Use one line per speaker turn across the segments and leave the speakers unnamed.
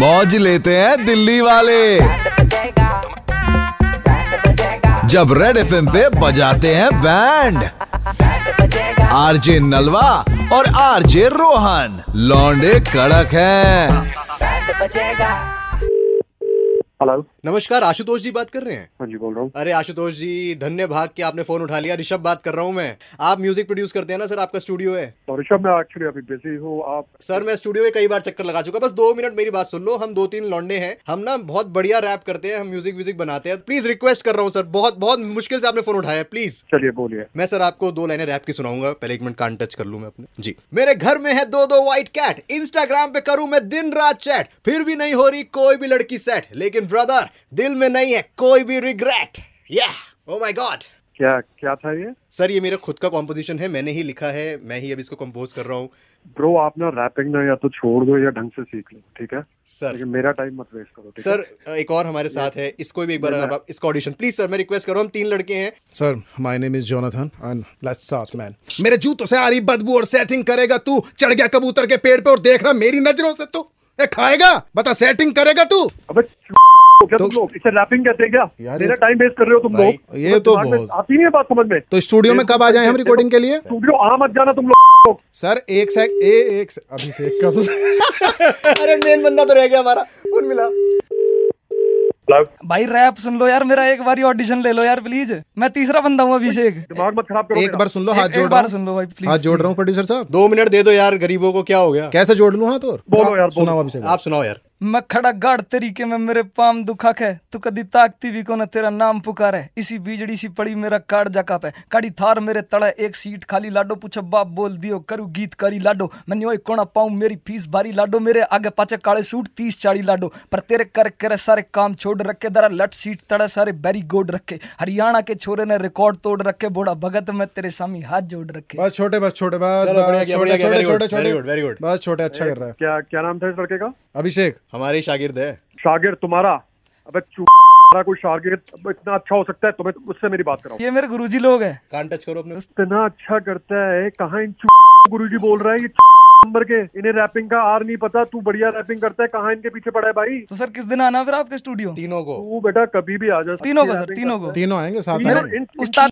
मौज लेते हैं दिल्ली वाले जब रेड एफ पे बजाते हैं बैंड आरजे नलवा और आरजे रोहन लौंडे कड़क हैं
हेलो
नमस्कार आशुतोष जी बात कर रहे हैं
हाँ जी बोल रहा हूँ
अरे आशुतोष जी धन्य भाग कि आपने फोन उठा लिया ऋषभ बात कर रहा हूँ मैं आप म्यूजिक प्रोड्यूस करते हैं ना सर आपका स्टूडियो है
और ऋषभ मैं एक्चुअली अभी बिजी हूँ आप
सर मैं स्टूडियो में कई बार चक्कर लगा चुका बस दो मिनट मेरी बात सुन लो हम दो तीन लौंडे हैं हम ना बहुत बढ़िया रैप करते हैं हम म्यूजिक व्यूजिक बनाते हैं प्लीज रिक्वेस्ट कर रहा हूँ सर बहुत बहुत मुश्किल से आपने फोन उठाया है प्लीज
चलिए बोलिए
मैं सर आपको दो लाइनें रैप की सुनाऊंगा पहले एक मिनट कान टच कर लूं मैं अपने जी मेरे घर में है दो दो व्हाइट कैट इंस्टाग्राम पे करूं मैं दिन रात चैट फिर भी नहीं हो रही कोई भी लड़की सेट लेकिन ब्रदर दिल में नहीं है कोई भी रिग्रेट या ओ माय गॉड
क्या क्या था ये
सर ये मेरा खुद का कॉम्पोजिशन है मैंने ही लिखा है मैं ही अब इसको कंपोज कर रहा हूँ
ब्रो आप ना रैपिंग ना या तो छोड़ दो या ढंग से सीख लो ठीक है
सर
लेकिन मेरा टाइम मत वेस्ट करो ठीक है
सर एक और हमारे साथ है इसको भी एक बार
मैं-
अगर आप इसका ऑडिशन प्लीज सर मैं रिक्वेस्ट कर रहा हूँ हम तीन लड़के हैं
sir my name is Jonathan and let's start man मेरे जूतों से आ रही बदबू और सेटिंग करेगा तू चढ़ गया कबूतर के पेड़ पे और देख रहा मेरी नजरों से तू ए खाएगा बता सेटिंग करेगा तू
अबे च- क्या तुम लोग इसे रैपिंग कहते हैं क्या
तो- यार,
मेरा
ये-
टाइम वेस्ट कर रहे हो तुम
भाई,
लोग तुम्हें
ये तो
दिमाग में
बहुत-
आती नहीं है बात समझ में
तो स्टूडियो में कब आ जाए हम रिकॉर्डिंग के लिए
स्टूडियो आ मत जाना तुम लोग
सर एक सेक ए एक sec- अभी से कर दो
अरे मेन बंदा तो रह गया हमारा फोन मिला
हेलो,
भाई रैप सुन लो यार मेरा एक बारी ऑडिशन ले लो यार प्लीज मैं तीसरा बंदा हूँ अभिषेक
दिमाग मत खराब करो
एक बार सुन लो हाथ
एक-
जोड़
एक
रहा
बार सुन लो भाई,
हूं
please,
हाथ जोड़ रहा हूं प्रोड्यूसर साहब
दो मिनट दे दो यार गरीबों को क्या हो गया
कैसे जोड़ लूं हाथ और
बोलो यार,
सुनाओ
बोलो।
अभी से
आप सुनाओ यार
मैं खड़ा गाड़ तरीके में मेरे पाम दुखक है तू कदी ताकती भी को ना तेरा नाम पुकार है इसी बीजड़ी सी पड़ी मेरा काट जाका पे काड़ी थार मेरे तड़ा एक सीट खाली लाडो पूछो बाप बोल दियो करू गीत करी लाडो मैंने ओए कोना पाऊं मेरी फीस भारी लाडो मेरे आगे पाचे काले सूट तीस चाड़ी लाडो पर तेरे कर करे सारे काम छोड़ रखे दरा लट सीट तड़ा सारे बैरी गोड रखे हरियाणा के छोरे ने रिकॉर्ड तोड़ रखे बोड़ा भगत में तेरे सामी हाथ जोड़ रखे
बस छोटे बस छोटे बस
चलो,
बस,
बढ़िया किया,
छोटे,
बढ़िया किया,
छोटे,
very good,
छोटे, छोटे।
very good, very good.
बस छोटे अच्छा कर रहा है
क्या क्या नाम था इस लड़के का
अभिषेक
हमारे ही शागिर्द है
शागिर तुम्हारा अबे चूड़ा कोई शागिर इतना अच्छा हो सकता है तुम्हें उससे मेरी बात कराओ
ये मेरे गुरुजी लोग हैं
कान टच करो अपने
इतना अच्छा करता है कहाँ इन गुरु जी बोल रहे हैं ये नंबर के इन्हें रैपिंग का आर नहीं पता तू बढ़िया रैपिंग करता है कहाँ इनके पीछे पड़ा है भाई
तो सर किस दिन आना है फिर आपके स्टूडियो
तीनों को
तू बेटा कभी भी आ जा सकती
तीनों को
है,
सर
rapping
तीनों
करता
को
है।
तीनों आएंगे साथ
तीनों-
आएंगे
इन- इन
उस्ताद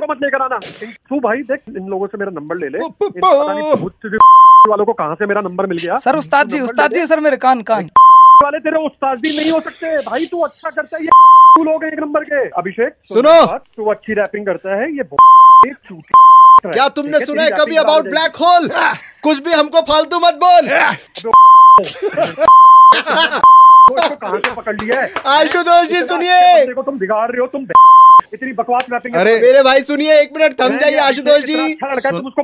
को मत लेकर आना इन- तू भाई देख इन लोगों से मेरा नंबर ले ले
ओ,
इन
पो,
पता नहीं
पो।
भूत से जो वालों को कहाँ से मेरा नंबर मिल गया
सर उस्ताद जी
नंबर
उस्ताद
ले
जी सर मेरे कान कान
ले। वाले तेरे उस्ताद भी नहीं हो सकते भाई तू अच्छा करता है ये तू लोग हैं एक नंबर के अभिषेक सुन
सुनो।
मेरी बात, तू अच्छी रैपिंग करता है ये बहुत चूती है।
क्या तुमने
ठीक है,
सुना है
तेरी
कभी
rapping
अबाउट
डाल दे।
ब्लैक होल कुछ भी हमको फालतू मत बोल
तो इसको कहाँ से पकड़ लिया है
आशुतोष जी
इतना
सुनिए
अच्छे बंदे को तुम बिगाड़ रहे हो तुम इतनी बकवास रैपिंग
अरे,
मेरे भाई सुनिए एक मिनट थम जाइए आशुतोष जी
अच्छा लड़का है, तुम
सुन-
उसको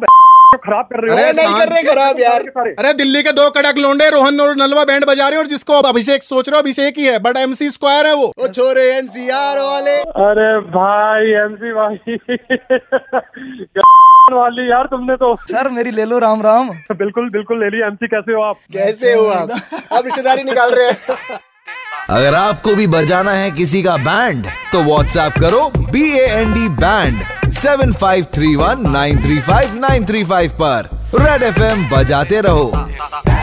को खराब कर रहे
अरे
हो
नहीं कर रहे खराब यार
सारे
अरे दिल्ली के दो कड़क लोंडे रोहन और नलवा बैंड बजा रहे हैं और जिसको अब अभिषेक सोच रहे हो अभिषेक ही है बट एमसी स्क्वायर है वो
ओ छोरे एनसीआर वाले
अरे भाई एमसी भाई वाली यार तुमने तो
सर मेरी ले लो राम राम
बिल्कुल बिल्कुल ले लिया एमसी कैसे हो आप
कैसे हो आप आप रिश्तेदारी निकाल रहे हैं
अगर आपको भी बजाना है किसी का बैंड तो व्हाट्सएप करो B A N D band seven five three one nine three five nine three five पर रेड एफ बजाते रहो